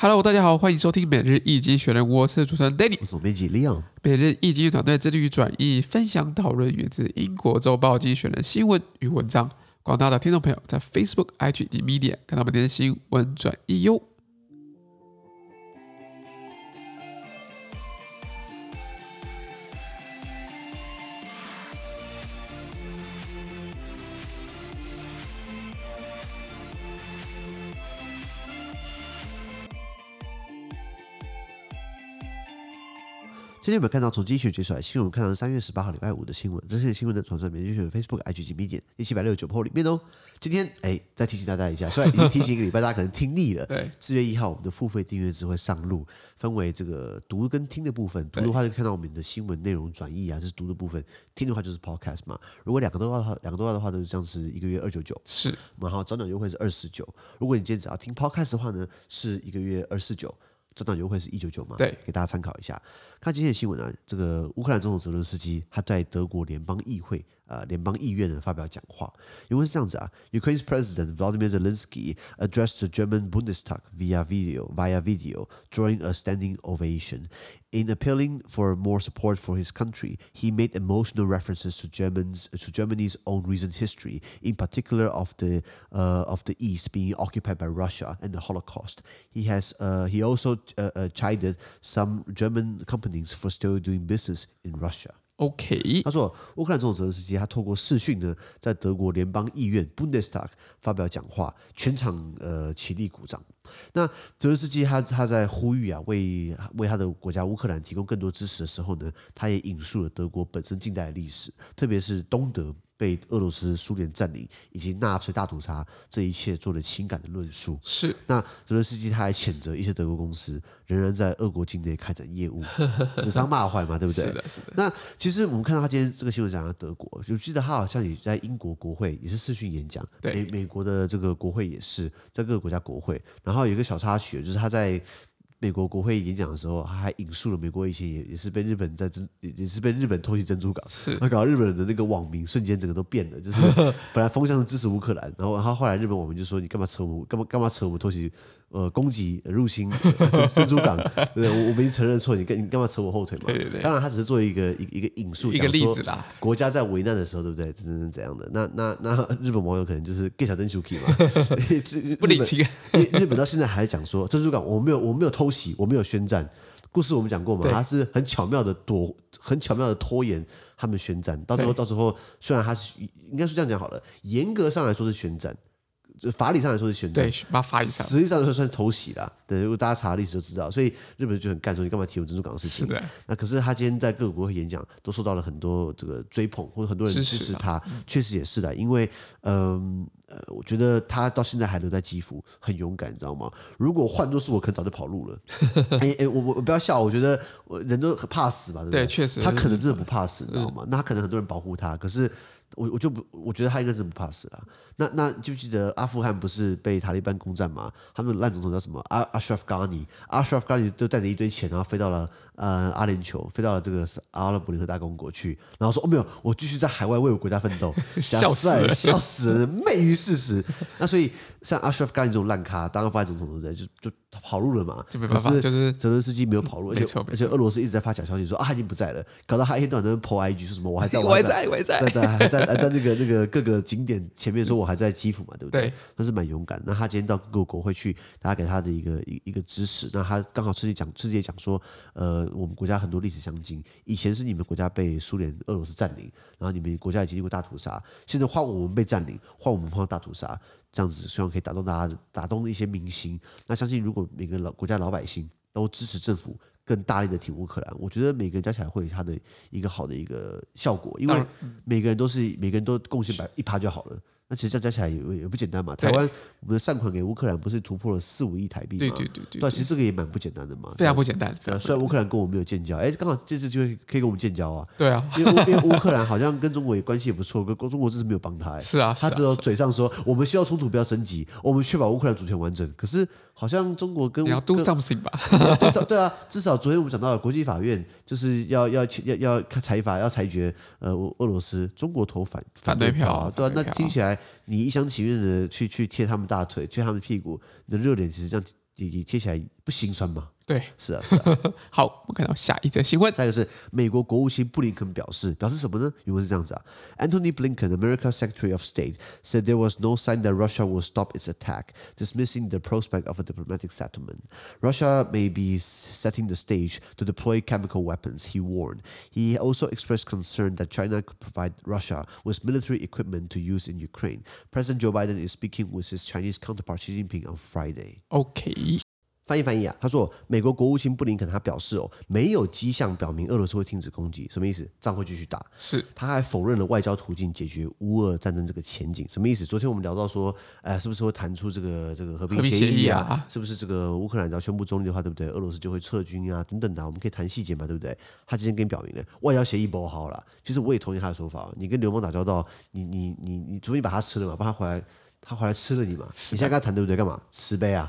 Hello，大家好，欢迎收听每日易经学人，我是主持人 Danny 我。总编辑 Leon，每日易经团队致力于转译、分享、讨论源自英国周报《经济学人》新闻与文章。广大的听众朋友在 Facebook、IG 及 Media 看到每天的新闻转哦译哟。今天我们看到从精选解出来新闻，看到三月十八号礼拜五的新闻，这些新闻的传传每日精选 Facebook、IG 及 B 点第七百六十九 p 里面哦。今天哎，再提醒大家一下，虽然已经提醒一个礼拜，大家可能听腻了。对，四月一号，我们的付费订阅制会上路，分为这个读跟听的部分。读的话就看到我们的新闻内容转译啊，这是读的部分；听的话就是 podcast 嘛。如果两个都要的话，两个都要的话，就是这样是一个月二九九，是然后早鸟优惠是二四九。如果你今天只要听 podcast 的话呢，是一个月二四九，早鸟优惠是一九九嘛？对，给大家参考一下。看今天的新闻啊，这个乌克兰总统泽伦斯基他在德国联邦议会呃联邦议院呢发表讲话，因为是这样子啊，Ukraine's President Vladimir Zelensky addressed the German Bundestag via video via video during a standing ovation. In appealing for more support for his country, he made emotional references to Germans uh, to Germany's own recent history, in particular of the uh, of the East being occupied by Russia and the Holocaust. He has uh, he also uh, uh, chided some German companies for still doing business in Russia. OK，他说，乌克兰总统泽连斯基他透过视讯呢，在德国联邦议院 Bundestag 发表讲话，全场呃起立鼓掌。那泽连斯基他他在呼吁啊，为为他的国家乌克兰提供更多支持的时候呢，他也引述了德国本身近代的历史，特别是东德被俄罗斯、苏联占领以及纳粹大屠杀这一切做了情感的论述。是那泽连斯基他还谴责一些德国公司仍然在俄国境内开展业务，指桑骂槐嘛，对不对？是的，是的，那其实我们看到他今天这个新闻讲到德国，就记得他好像也在英国国会也是视讯演讲，对美美国的这个国会也是在各个国家国会，然后有一个小插曲，就是他在。美国国会演讲的时候，他还引述了美国以前也也是被日本在珍也也是被日本偷袭珍珠港，是那搞到日本人的那个网民瞬间整个都变了，就是本来风向是支持乌克兰，然后他后来日本网民就说你干嘛扯我们干嘛干嘛扯我们偷袭呃攻击呃入侵呃珍珍珠港，对不对我我们已经承认错，你干你干嘛扯我后腿嘛？对对对当然，他只是做一个一个一个引述，一个讲说例子啦。国家在危难的时候，对不对？怎怎怎怎样的？那那那日本网友可能就是 get 小灯 Suki 嘛，日不领情。日本日本到现在还讲说珍珠港我没有我没有偷袭，我没有宣战。故事我们讲过嘛，对他是很巧妙的躲，很巧妙的拖延他们宣战。到最后，到时候虽然他是应该是这样讲好了，严格上来说是宣战，就法理上来说是宣 战对，，把法一下。实际上就算偷袭啦。对，如果大家查历史就知道，所以日本就很干说你干嘛提我珍珠港的事是情？的，那可是他今天在各个国会演讲，都受到了很多这个追捧，或者很多人支支持啊持他，确实也是的。因为，嗯、呃，我觉得他到现在还留在基辅，很勇敢，你知道吗？如果换做是我，可能早就跑路 了。哎哎，我我我不要笑，我觉得我人都很怕死吧，对不对，确实，他可能真的不怕死，你知嗯道吗？那他可能很多人保护他，可是我我就不，我觉得他应该真的不怕死啦。那那记不记得阿富汗不是被塔利班攻占吗？他们的烂总统叫什么？阿阿什拉夫·甘尼，阿什拉夫·甘尼就带着一堆钱，然后飞到了呃阿联酋，飞到了这个阿拉伯联合大公国去，然后说哦没有，我继续在海外为我国家奋 斗，笑死人假赛笑死人，昧于事实。那所以像阿什拉夫·甘尼这种烂咖，当阿富汗总统对不对？就就跑路了嘛，就没办法可是就是泽伦斯基没有跑路，而没错且没错而且俄罗斯一直在发假消息说啊他已经不在了，搞到他一天到晚在那边 po IG 说什么我还在， 我还在在，，我还在对。对，还在还在那个那个各个景点前面说我还在基辅嘛，对不对对？他是蛮勇敢。那他今天到各个国会去，大家给他的一个一一个支持。那他刚好自己讲自己也讲说，呃，我们国家很多历史相近，以前是你们国家被苏联、俄罗斯占领，然后你们国家也经历过大屠杀，现在换我们被占领，换我们碰到大屠杀，这样子希望可以打动大家，打动一些民心。那相信如果每个老国家老百姓都支持政府。更大力的挺乌克兰，我觉得每个人加起来会有他的一个好的一个效果，因当为然嗯每个人都是每个人都贡献百一趴就好了。那其实这样加起来也也不简单嘛。对台湾我们的善款给乌克兰不是突破了四五亿台币吗？对对对对对对，啊，其实这个也蛮不简单的嘛。非常不简单。对啊，虽然乌克兰跟我们没有建交，哎，刚好这次机会可以跟我们建交啊。 对啊，因为乌因为乌克兰好像跟中国也关系也不错，跟跟中国这次没有帮他、哎，是啊，是他啊只有嘴上说我们需要冲突不要升级，我们确保乌克兰主权完整。可是好像中国跟你要 do something 吧？对对对啊，至少昨天我们讲到了国际法院就是要要要要看裁罚，要裁决呃俄俄罗斯中国投反反对票啊，对啊反，对那票听起来你一厢情愿的去去贴他们大腿，撅他们屁股，你的热脸其实这样也也贴起来不心酸吗？对， 是啊，是啊。好，我们看到下一则新闻。再一个是美国国务卿布林肯表示，表示什么呢？原文是这样子啊：Anthony Blinken, America's Secretary of State, said there was no sign that Russia will stop its attack, dismissing the prospect of a diplomatic settlement. Russia may be s- setting the stage to deploy chemical weapons, he warned. He also expressed concern that China could provide Russia with military equipment to use in Ukraine. President Joe Biden is speaking with his Chinese counterpart Xi Jinping on Friday. OK，翻译翻译啊，他说美国国务卿布林肯他表示哦，没有迹象表明俄罗斯会停止攻击，什么意思？仗会继续打。是他还否认了外交途径解决乌俄战争这个前景，什么意思？昨天我们聊到说，呃，是不是会谈出这个这个和平和平协协议议啊？啊是不是这个乌克兰只要宣布中立的话，对不对？俄罗斯就会撤军啊，等等的啊、我们可以谈细节嘛，对不对？他之前跟你表明了，外交协议不好了。其实我也同意他的说法，你跟流氓打交道，你你你你，除非你把他吃了嘛，不然他回来。他回来吃了你嘛？你现在跟他谈对不对？干嘛？慈 悲啊！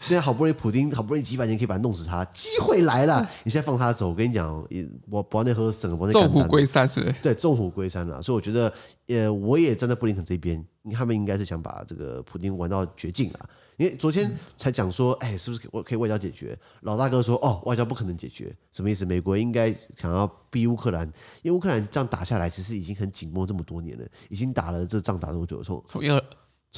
现在好不容易普丁，好不容易几百年可以把他弄死他，机会来了，你现在放他走，我跟你讲，也我不要那喝省，我那众虎归山，是不是？对，众虎归山了。所以我觉得，呃，我也站在布林肯这边，他们应该是想把这个普丁玩到绝境啊。因为昨天才讲说，哎，是不是我可以外交解决？老大哥说，哦，外交不可能解决，什么意思？美国应该想要逼乌克兰，因为乌克兰这样打下来，其实已经很紧绷这么多年了，已经打了这仗打多久了？从从一二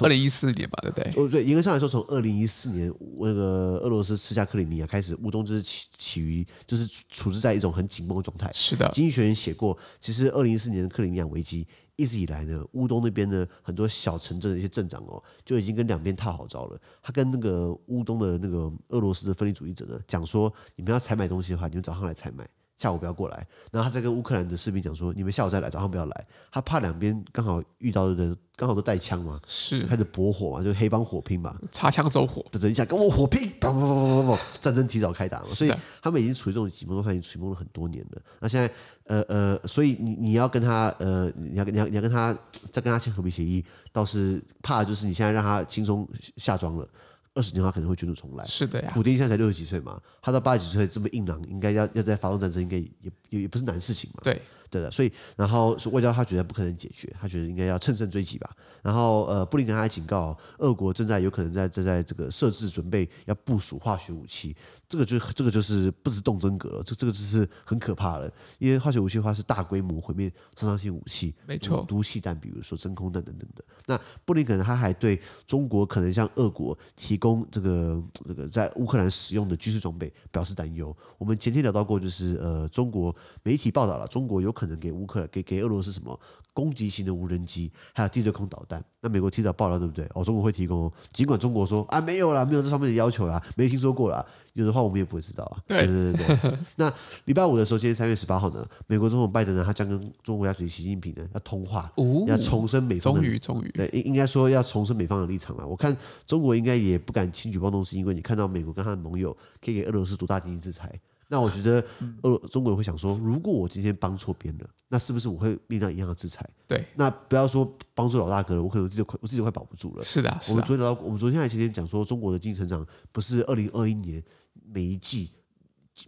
二零一四年嘛，对不对？哦，对，严格上来说，从二零一四年那个俄罗斯吃下克里米亚开始，乌东就是起起于就是处处置在一种很紧绷的状态。是的，经济学人写过，其实二零一四年的克里米亚危机一直以来呢，乌东那边呢很多小城镇的一些镇长哦，就已经跟两边套好招了。他跟那个乌东的那个俄罗斯的分离主义者呢讲说，你们要采买东西的话，你们早上来采买。下午不要过来，然后他再跟乌克兰的士兵讲说：“你们下午再来，早上不要来。”他怕两边刚好遇到的刚好都带枪嘛，是开始搏火嘛，就黑帮火拼嘛。擦枪走火，等一下跟我火拼， 砰砰砰砰砰砰，战争提早开打嘛，所以的他们已经处于这种紧绷状态，已经处于了很多年了。那现在，呃呃，所以你你要跟他，呃，你要你要你要跟他再跟他签和平协议，倒是怕的就是你现在让他轻松下庄了，二十年后他可能会卷土重来。是啊的呀，普丁现在才六十几岁嘛，他到八十几岁这么硬朗，应该要要再发动战争，应该也也也不是难事情嘛。对，对的，所以然后是外交他觉得不可能解决，他觉得应该要乘胜追击吧。然后呃，布林肯他还警告，俄国正在有可能在正在这个设置准备要部署化学武器，这个就这个就是不是动真格了，这这个就是很可怕了，因为化学武器的话是大规模毁灭杀伤性武器，没错毒气弹，比如说真空弹等等的。那布林肯他还对中国可能向俄国提供这个这个在乌克兰使用的军事装备表示担忧。我们前天聊到过，就是呃，中国媒体报道了，中国有可能给乌克兰给给俄罗斯什么攻击型的无人机，还有地对空导弹。那美国提早报了，对不对？哦，中国会提供哦，尽管中国说啊没有啦，没有这方面的要求啦，没听说过啦。有的话我们也不会知道啊。对对对对对。那礼拜五的时候，今天三月十八号呢，美国总统拜登呢，他将跟中国家主席习近平呢要通话，哦要重申美方的终于终于，对，应应该说要重申美方的立场了。啊我看中国应该也不敢轻举妄动，是因为你看到美国跟他的盟友可以给俄罗斯多大经济制裁。那我觉得嗯俄中国也会想说，如果我今天帮错边了，那是不是我会面到一样的制裁？对，那不要说帮助老大哥了，我可能自己都快我自己都快保不住了。是啊的，我是们的，昨天聊到，我们昨天还前天讲说，中国的经济成长不是二零二一年每一季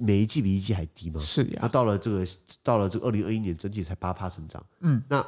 每一季比一季还低吗？是的那呀，到了这个到了这个二零二一年，整体才八趴成长。嗯，那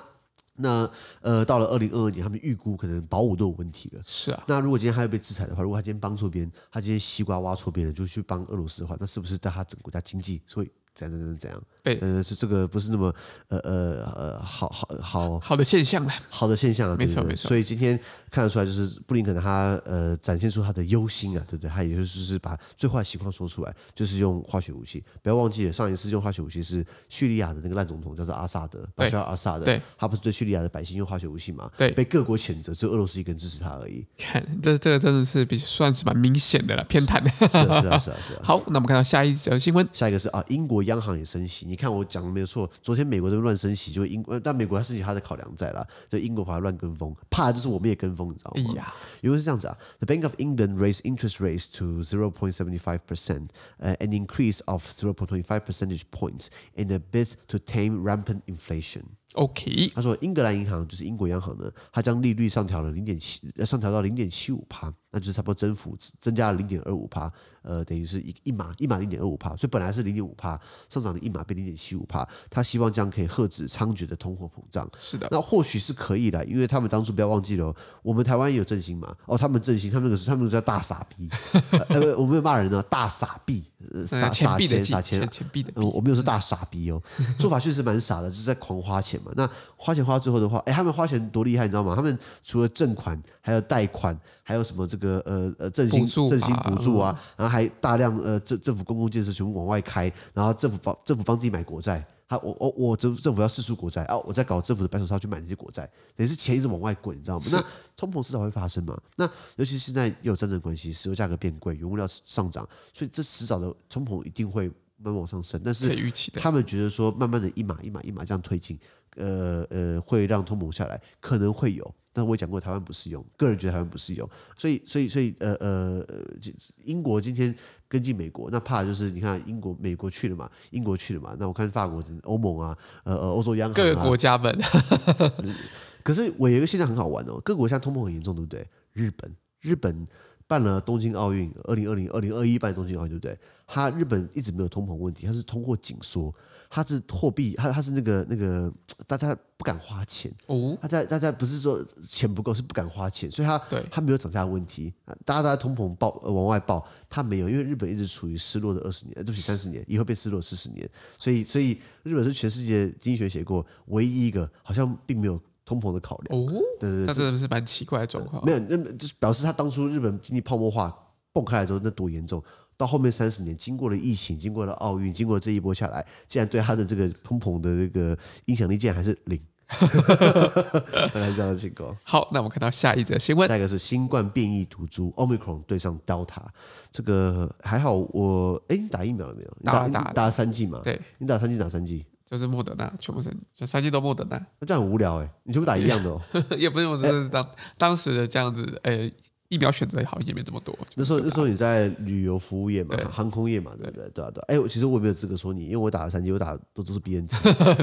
那呃，到了二零二二年，他们预估可能保五都有问题了。是啊，那如果今天他要被制裁的话，如果他今天帮错边，他今天西瓜挖错边了，就去帮俄罗斯的话，那是不是对他整个国家经济是会怎样怎样怎样？对呃，是这个不是那么呃呃呃好好好好的现象了，好的现象啊，没错对不对没错所以今天看得出来，就是布林肯他呃展现出他的忧心啊，对不对？他也就是把最坏的情况说出来，就是用化学武器。不要忘记了，上一次用化学武器是叙利亚的那个烂总统叫做阿萨德，巴对沙尔阿萨德，对他不是对叙利亚的百姓用化学武器嘛？对被各国谴责，只有俄罗斯一个人支持他而 已。看这这个真的是比算是蛮明显的了，偏袒的。是啊，是啊，是啊，是啊。好，那我们看到下一则新闻，下一个是啊，英国央行也升息。你看我讲的没有错，昨天美国这边乱升息，就英，呃但美国它升息它的考量在啦，就英国跑来乱跟风，怕的就是我们也跟风，你知道哎吗？呀，因为是这样子啊，The Bank of England raised interest rates to 0.75 percent, 呃 an increase of 0.25 percentage points in a bid to tame rampant inflation. OK，他说，英格兰银行就是英国央行呢，它将利率上调了零点七，呃上调到零点七五帕，那就是差不多增幅增加了零点二五帕，呃，等于是一一码一码零点二五帕，所以本来是零点五帕，上涨了一码，变零点七五帕。他希望这样可以遏制猖獗的通货膨胀。是的，那或许是可以的，因为他们当初不要忘记了哦，我们台湾也有振兴嘛。哦，他们振兴，他们那个是他们那个叫大傻逼，呃，呃我没有骂人啊，大傻逼， 呃，那傻钱傻币的钱币傻钱钱，钱币的币嗯，我没有说大傻逼哦，做法确实蛮傻的，就是在狂花钱嘛。那花钱花到最后的话，哎，他们花钱多厉害，你知道吗？他们除了赠款，还有贷款，还有什么这个呃呃振兴补助振兴吧嗯补助啊，然后还大量呃政政府公共建设全部往外开，然后政府帮政府帮自己买国债。他我我我政政府要四出国债啊！我在搞政府的白手套去买那些国债，等于是钱一直往外滚，你知道吗？那通膨迟早会发生嘛？那尤其现在又有战争关系，石油价格变贵，原物料上涨，所以这迟早的通膨一定会慢慢往上升。但是可以预期的。他们觉得说，慢慢的一码一码一码这样推进，呃呃，会让通膨下来，可能会有。但我也讲过，台湾不适用，个人觉得台湾不适用，所以所以所以呃呃，呃这英国今天跟进美国，那怕的就是你看英国美国去了嘛，英国去了嘛，那我看法国、欧盟啊，呃呃，欧洲央行、啊、各个国家们，可是我有一个现象很好玩哦，各国现在通膨很严重，对不对？日本，日本办了东京奥运，二零二零、二零二一办东京奥运，对不对？它日本一直没有通膨问题，它是通货紧缩，它是货币，它它是那个那个大家不敢花钱，哦，大家大家不是说钱不够，是不敢花钱，所以它对它没有涨价的问题，大家都在通膨报、呃往外报，它没有，因为日本一直处于失落的二十年，呃对不起三十年，以后变失落四十年，所以所以日本是全世界经济学写过唯一一个好像并没有通膨的考量。哦，对对对，那真的是蛮奇怪的状况没。有，那就是表示他当初日本经济泡沫化蹦开来之后，那多严重。到后面三十年，经过了疫情，经过了奥运，经过了这一波下来，竟然对他的这个通膨的这个影响力竟然还是零， 大概是这样的情况。好，那我们看到下一则新闻。下一个是新冠变异毒株 Omicron 对上 Delta，这个还好我哎，你打疫苗了没有？你打了你打了打了三剂嘛？对，你打三剂打三剂，就是莫德纳，全部是就三季都莫德纳， 那这样很无聊哎、你全部打一样的哦。也不用就是当当时的这样子，呃，疫苗选择好像也没这么多。那时候就那是时候你在旅游服务业嘛对，航空业嘛，对不对？对啊对啊。哎，我其实我也没有资格说你，因为我打了三剂，我打的都都是 BNT。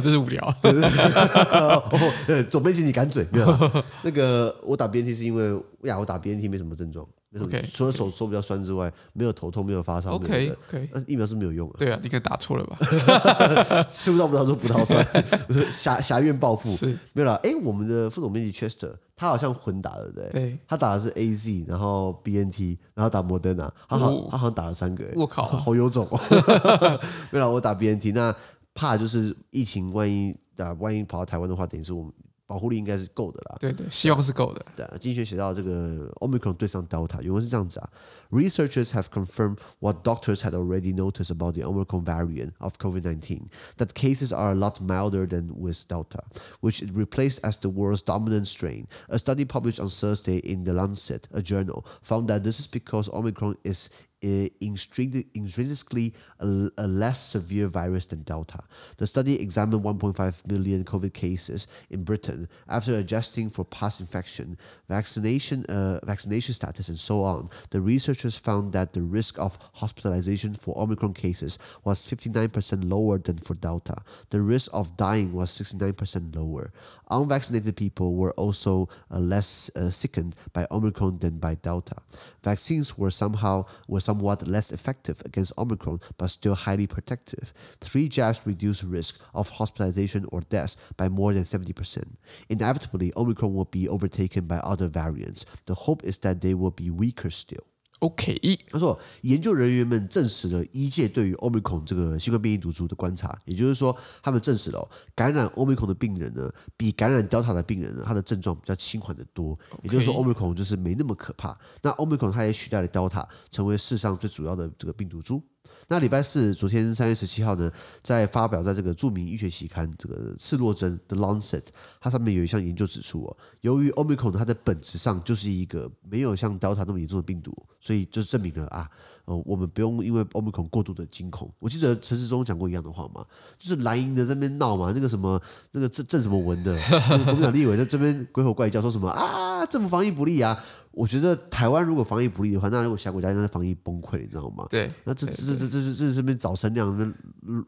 真是无聊。 哦，对，总编辑你赶嘴，没有 啦那个我打 BNT 是因为呀，我打 BNT 没什么症状，没什么 OK，除了手手比较酸之外，没有头痛，没有发烧，没有那 OK 个。 OK，但是疫苗是没有用的，对啊，你可能打错了吧？吃不到葡萄说葡萄酸， 狭狭怨报复是，没有啦。哎，我们的副总编辑 Chester，他好像混打，对不对？对，他打的是 A Z，然后 B N T，然后打摩登纳，他好、哦他好像打了三个、欸，我靠好有种、哦！ 没有啦，我打 B N T，那怕就是疫情，万一打万一跑到台湾的话，等于是我们保护力应该是够的啦。 对对，希望是够的。对啊，经济学写到这个 Omicron 对上 Delta，原文是这样子啊：Researchers have confirmed what doctors had already noticed about the Omicron variant of COVID-19, that cases are a lot milder than with Delta, which it replaced as the world's dominant strain. A study published on Thursday in the Lancet, a journal, found that this is because Omicron is uh, intrinsic- intrinsically a, a less severe virus than Delta. The study examined 1.5 million COVID cases in Britain after adjusting for past infection, vaccination, uh, vaccination status, and so on. The researchers found that the risk of hospitalization for Omicron cases was 59% lower than for Delta. The risk of dying was 69% lower. Unvaccinated people were also uh, less uh, sickened by Omicron than by Delta. Vaccines were somehow were somewhat less effective against Omicron, but still highly protective. Three jabs reduced risk of hospitalization or death by more than 70%. Inevitably, Omicron will be overtaken by other variants. The hope is that they will be weaker still. OK，他说，研究人员们证实了医界对于 Omicron 这个新冠变异毒株的观察，也就是说，他们证实了、哦、感染 Omicron 的病人呢，比感染 Delta 的病人呢，他的症状比较轻缓得多。也就是说，Omicron 就是没那么可怕。那 Omicron 它也取代了 Delta，成为世上最主要的这个病毒株。那礼拜四，昨天三月十七号呢，在发表在这个著名医学期刊这个《赤洛针》的《Lancet》，它上面有一项研究指出哦，由于 Omicron 它的本质上就是一个没有像 Delta 那么严重的病毒，所以就证明了啊，呃，我们不用因为 Omicron 过度的惊恐。我记得陈世忠讲过一样的话嘛，就是蓝营的在那边闹嘛，那个什么那个郑郑什么文的那个国民党立委在这边鬼吼怪叫，说什么啊政府防疫不力啊。我觉得台湾如果防疫不力的话，那如果其他国家应该是防疫崩溃，你知道吗？对，那这这这这这这这边找声量，这边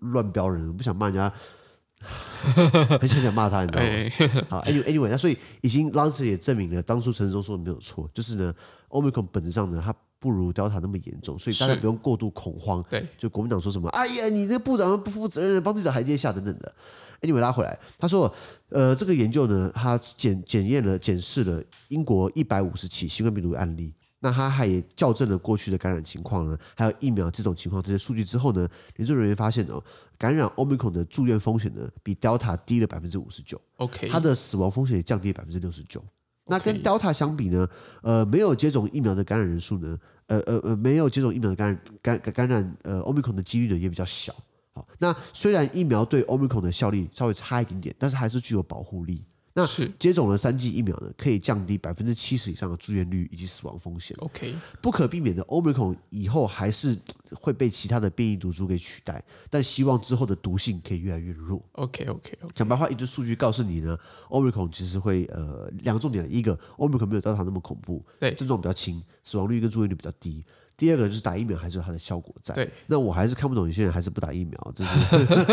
乱飙人，我不想骂人家， 很想想骂他，你知道吗？哎，好，anyway anyway，那所以已经 Lance 也证明了当初陈世忠说的没有错，就是呢，Omicron 本质上呢，它不如 Delta 那么严重，所以大家是不用过度恐慌。对，就国民党说什么，哎呀，你这部长不负责任，帮自己找台阶下等等的。Anyway，拉回来，他说，呃，这个研究呢，他检检验了、检视了英国一百五十起新冠病毒案例。那他还也校正了过去的感染情况呢，还有疫苗这种情况这些数据之后呢，研究人员发现哦，感染 Omicron 的住院风险呢比 Delta 低了百分之五十九， OK，它的死亡风险也降低百分之六十九。那跟 OK Delta 相比呢，呃，没有接种疫苗的感染人数呢，呃呃呃，没有接种疫苗的感染感感感染呃 Omicron 的几率呢也比较小。好，那虽然疫苗对 Omicron 的效力稍微差一点点，但是还是具有保护力。那是接种了三剂疫苗呢，可以降低百分之七十以上的住院率以及死亡风险。 OK，不可避免的，Omicron 以后还是呃会被其他的变异毒株给取代，但希望之后的毒性可以越来越弱。 OK OK OK，讲白话，一堆数据告诉你呢，Omicron 其实会呃两个重点，一个 Omicron 没有 Delta 那么恐怖，对症状比较轻，死亡率跟住院率比较低。第二个就是打疫苗还是有它的效果在。对，那我还是看不懂有些人还是不打疫苗， 就是。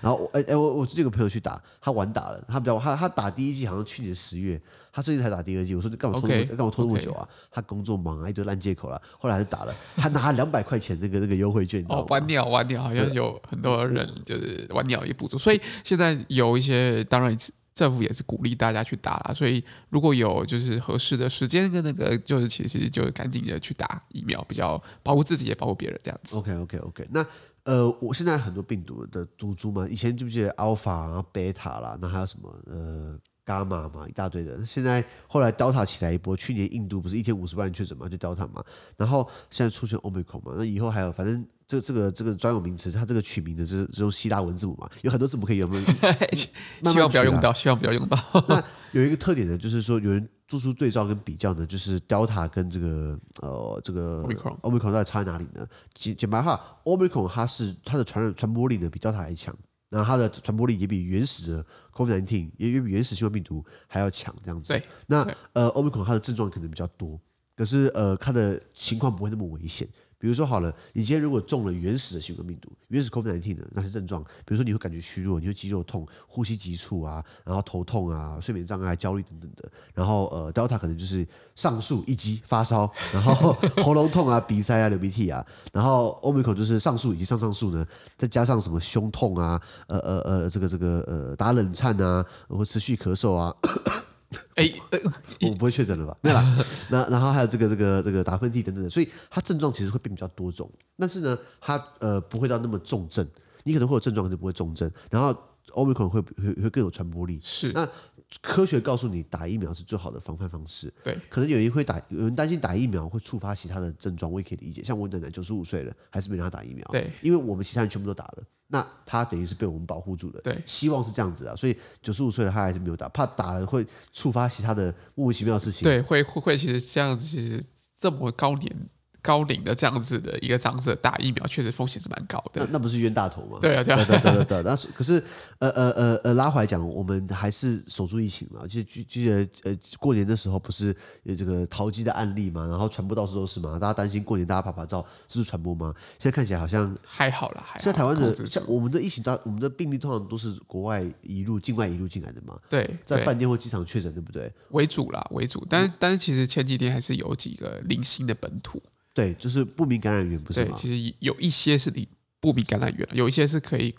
然后我哎哎，我我最近有个朋友去打，他晚打了，他比较他他打第一季好像去年十月，他最近才打第二季。我说你干嘛拖那么 OK，干嘛拖那么 OK 久啊？他工作忙啊，一堆烂借口啦。后来还是打了，他拿两百块钱那个那个优惠券，你知道哦吗，？晚鸟晚鸟好像有很多人就是晚鸟也补助，所以现在有一些当然政府也是鼓励大家去打啦，所以如果有就是合适的时间跟那个就是其实就赶紧的去打疫苗，比较保护自己也保护别人这样 子。 OK OK OK，那呃，我现在很多病毒的毒株嘛，以前记不记得 Alpha 啊、Beta 啦，那还有什么呃 Gamma 嘛，一大堆的。现在后来 Delta 起来一波，去年印度不是一天五十万人确诊嘛，就 Delta 嘛，然后现在出现 Omicron 嘛，那以后还有反正。这这个这个专有名词，它这个取名的这这种希腊文字母嘛，有很多字母可以用。慢 希望不要取用啦到，希望不要用到。那有一个特点呢，就是说有人做出对照跟比较呢，就是 Delta 跟这个呃这个 Omicron 到底差在哪里呢？简简白话，Omicron 它是它的传染传播力呢比 Delta 还强，然后它的传播力也比原始的 COVID-19 也也比原始新冠病毒还要强，这样子对。那对呃，Omicron 它的症状可能比较多，可是呃，它的情况不会那么危险。比如说好了，你今天如果中了原始的新冠病毒，原始 COVID-19 的那些症状，比如说你会感觉虚弱，你会肌肉痛、呼吸急促啊，然后头痛啊、睡眠障碍、焦虑等等的。然后呃，Delta 可能就是上述以及发烧，然后喉咙痛啊、鼻塞啊、流鼻涕啊。然后 Omicron 就是上述以及上上述呢，再加上什么胸痛啊、呃呃呃这个这个呃打冷颤啊，或持续咳嗽啊，哎、呃我不会确诊了 吧？没有啦。那然后还有这个这个这个打喷嚏等等的，所以它症状其实会变比较多种，但是呢，它呃不会到那么重症，你可能会有症状，可是不会重症。然后 Omicron 会会会更有传播力。是那科学告诉你，打疫苗是最好的防范方式。对，可能有人会打，有人担心打疫苗会触发其他的症状，我也可以理解。像我奶奶九十五岁了，还是没让她打疫苗。对，因为我们其他人全部都打了，那她等于是被我们保护住了。对希望是这样子啊。所以九十五岁了，她还是没有打，怕打了会触发其他的莫名其妙的事情。对，会会会，其实这样子，其实这么高年高龄的这样子的一个长者打疫苗，确实风险是蛮高那的。那不是冤大头吗？对啊，对啊，嗯对对对对，但是可是呃呃呃呃，拉回来讲，我们还是守住疫情嘛。就记记得呃，过年的时候不是有这个淘机的案例嘛，然后传播到处都是嘛，大家担心过年大家拍拍照是不是传播吗？现在看起来好像。还好啦，还好。现在台湾哎控的制像住我们的疫情，大我们的病例通常都是国外一路境外一路进来的嘛，对在对饭店或机场确诊，对不对？为主啦，为主。嗯但但是其实前几天还是有几个零星的本土，对，就是不明感染源，不是对，吗？其实有一些是零不明感染源，有一些是可以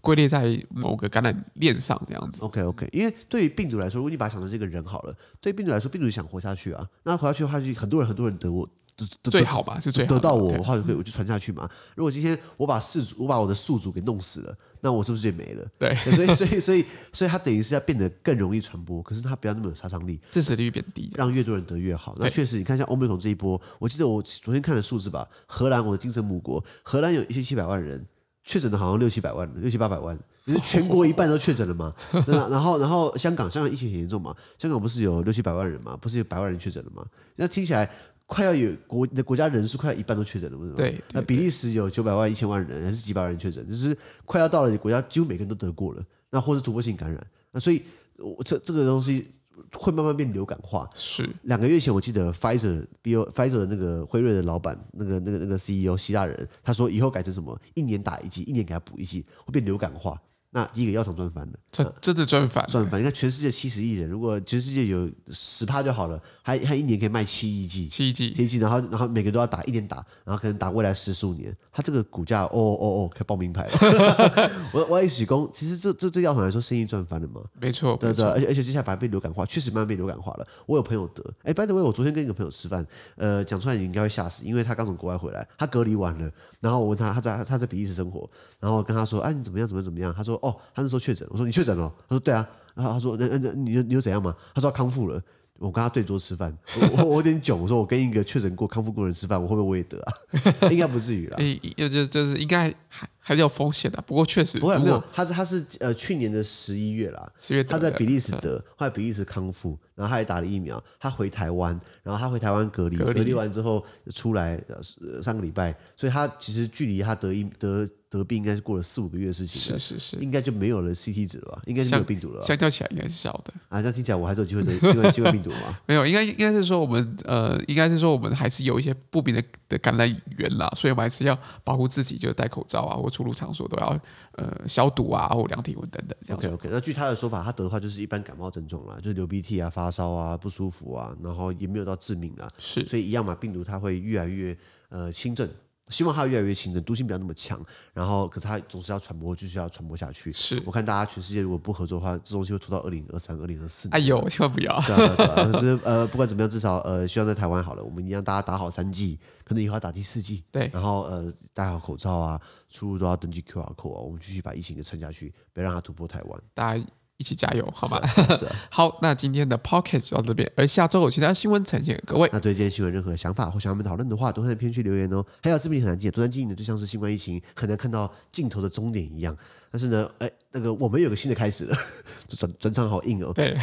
归类在某个感染链上这样子。 OK OK，因为对于病毒来说，如果你把它想成是一个人好了，对病毒来说，病毒想活下去啊，那活下去的话，就很多人很多人得我得得最好嘛，是最得好的得到嘛我对的话，就可以我就传下去嘛。如果今天我把氏族，我把我的宿主给弄死了，那我是不是也没了？ 对，所以所以所以所以它等于是要变得更容易传播，可是它不要那么有杀伤力，致死率变低。让越多人得越好。那对确实，你看像欧美孔这一波，我记得我昨天看的数字吧，荷兰我的精神母国，荷兰有一千七百万人确诊的，好像六七百万，六七八百万，就是全国一半都确诊 了嘛。那然后然后香港，香港疫情很严重嘛，香港不是有六七百万人嘛，不是有百万人确诊了嘛？那听起来。快要有国你的国家人数快要一半都确诊了，为什么？对对那比利时有九百万、一千万人，还是几百万人确诊，就是快要到了你国家，几乎每个人都得过了，那或是突破性感染，那所以我这这个东西会慢慢变流感化，是两个月前，我记得 Pfizer B O Pfizer 的那个辉瑞的老板，那个那 E 个那个 CEO 希腊人，他说以后改成什么，一年打一剂，一年给他补一剂，会变流感化。那第一个药厂赚翻了，赚真的赚反了，呃赚翻。你看全世界七十亿人，如果全世界有十趴就好了，还还一年可以卖七亿剂，七季七亿剂，然后然后每个都要打，一年打，然后可能打未来十十五年，它这个股价哦哦哦，可以报名牌了。 我我也许工，其实这这对药厂来说，生意赚翻了嘛。没错，对没对，错，而且而且接下来把它被流感化，确实慢慢被流感化了。我有朋友得，哎，by the way，我昨天跟一个朋友吃饭，呃，讲出来你应该会吓死，因为他刚从国外回来，他隔离完了，然后我问他，他在他在比利时生活，然后我跟他说，哎、你怎么样，怎么样怎么样？他说，哦，他那时候确诊，我说你确诊了，他说对啊，然后他说那那那你又你又怎样嘛？他说他康复了。我跟他对桌吃饭，我我我有点囧，我说我跟一个确诊过、康复过的人吃饭，我会不会我也得啊？ 应该不至于啦。诶，就就就是应该还还是有风险的，不过确实，不会，啊如没果有，他是他是呃去年的十一月啦，十月他底在的比利时得， 后来比利时康复，然后他也打了疫苗，他回台湾，然后他回台湾隔离，隔隔离离完之后出来呃呃上个礼拜，所以他其实距离他得疫得得病应该是过了四五个月的事情是了，是是，应该就没有了 CT 值了吧？应该就没有像病毒了吧？相较起来应该是少的。啊，这样听起来我还是有机会得 新冠新冠病毒嘛？没有，应该应该是说我们呃，应该是说我们还是有一些不明的的感染源啦，所以我们还是要保护自己，就是戴口罩啊，或出入场所都要呃消毒啊，或量体温等等这样 OK 子。 OK，那据他的说法，他得的话就是一般感冒症状啦，就是流鼻涕啊、发烧啊、不舒服啊，然后也没有到致命啊，是所以一样嘛，病毒它会越来越呃轻症，希望它越来越轻症，毒性不要那么强，然后可是它总是要传播，就是要传播下去。是，我看大家全世界如果不合作的话，这东西会拖到二零二三、二零二四。哎 呦，千万不要！对啊，对啊，对啊可是呃，不管怎么样，至少呃，希望在台湾好了，我们一样大家打好三剂，可能以后要打第四剂。对然后呃，戴好口罩啊，出入都要登记 QR code 啊，我们继续把疫情给撑下去，别让它突破台湾。大家一起加油，好 吗？是啊是啊。好，那今天的 Pocket 就到这边，而下周有其他新闻呈现给各位。那对这些新闻任何想法或想要我们讨论的话，都会在片区留言哦。还有自媒体很难记，多端经营的就像是新冠疫情很难看到尽头的终点一样。但是呢，哎，那个我们有个新的开始了， 这转转场好硬哦。对，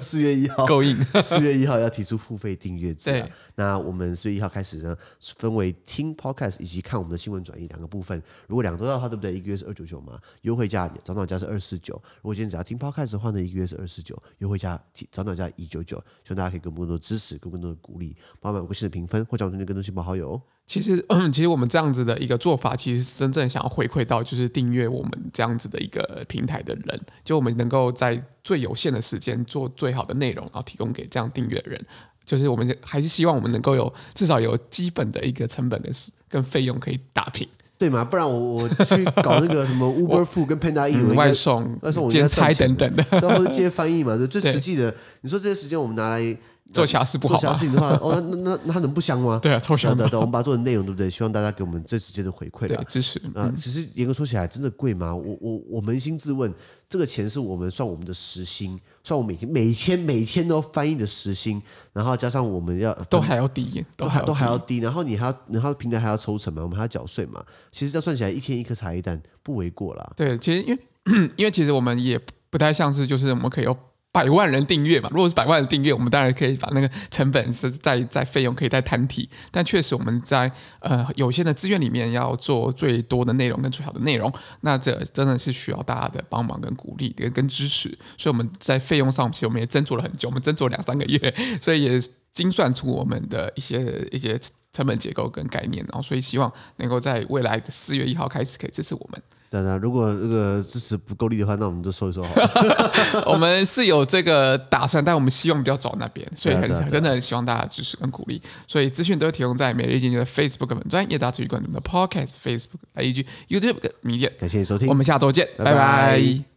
四月一 号，够硬。四月一号要提出付费订阅制、啊对。那我们四月一号开始呢，分为听 podcast 以及看我们的新闻转译两个部分。如果两个都要的话，对不对？一个月是二九九嘛，优惠价早鸟价是二四九。如果今天只要听 podcast 的话呢，一个月是二四九，优惠价提早鸟价一九九。希望大家可以给我们更多的支持，给我们更多的鼓励，帮我们五个星的评分，或者我们推荐更多亲朋好友哦。其实， 其实我们这样子的一个做法，其实是真正想要回馈到就是订阅我们这样子的一个平台的人，就我们能够在最有限的时间做最好的内容，然后提供给这样订阅的人。就是我们还是希望我们能够有至少有基本的一个成本跟时跟费用可以打平，对嘛？不然我我去搞那个什么 Uber Food 跟 Panda E，我应该嗯外送外送我、应该兼差赚钱等等的，然后接翻译嘛，就最对实际的。你说这些时间我们拿来做瑕疵不做好啊其他吗？事情的话，哦，那那那它能不香吗？对啊，抽对啊象对啊对啊，我们把它做成内容，对不对？希望大家给我们最直接的回馈对嗯啦。支持，啊、其实严格说起来，真的贵吗？我我我扪心自问，这个钱是我们算我们的时薪，算我每天每天每天都翻译的时薪，然后加上我们要都还要低，都还嗯还都还要低，然后你还要然后平台还要抽成嘛，我们还要缴税嘛。其实这样算起来，一天一颗茶叶蛋不为过啦。对，其实因为 因为其实我们也不太像是就是我们可以有百万人订阅嘛，如果是百万人订阅，我们当然可以把那个成本是在在费用可以再摊提，但确实我们在呃有限的资源里面要做最多的内容跟最好的内容，那这真的是需要大家的帮忙跟鼓励跟跟支持，所以我们在费用上其实我们也斟酌了很久，我们斟酌两三个月，所以也精算出我们的一些一些。成本结构跟概念，然后所以希望能够在未来的四月一号开始可以支持我们。当然，如果这个支持不够力的话，那我们就收一收 好了。我们是有这个打算，但我们希望不要走那边，所以很对啊对啊对啊真的很希望大家支持跟鼓励。所以资讯都会提供在每日一经济的 Facebook 本专业，大家注意关注我们的 Podcast、Facebook、IG、YouTube 跟 Media。感谢你收听我，们下周见，拜拜拜拜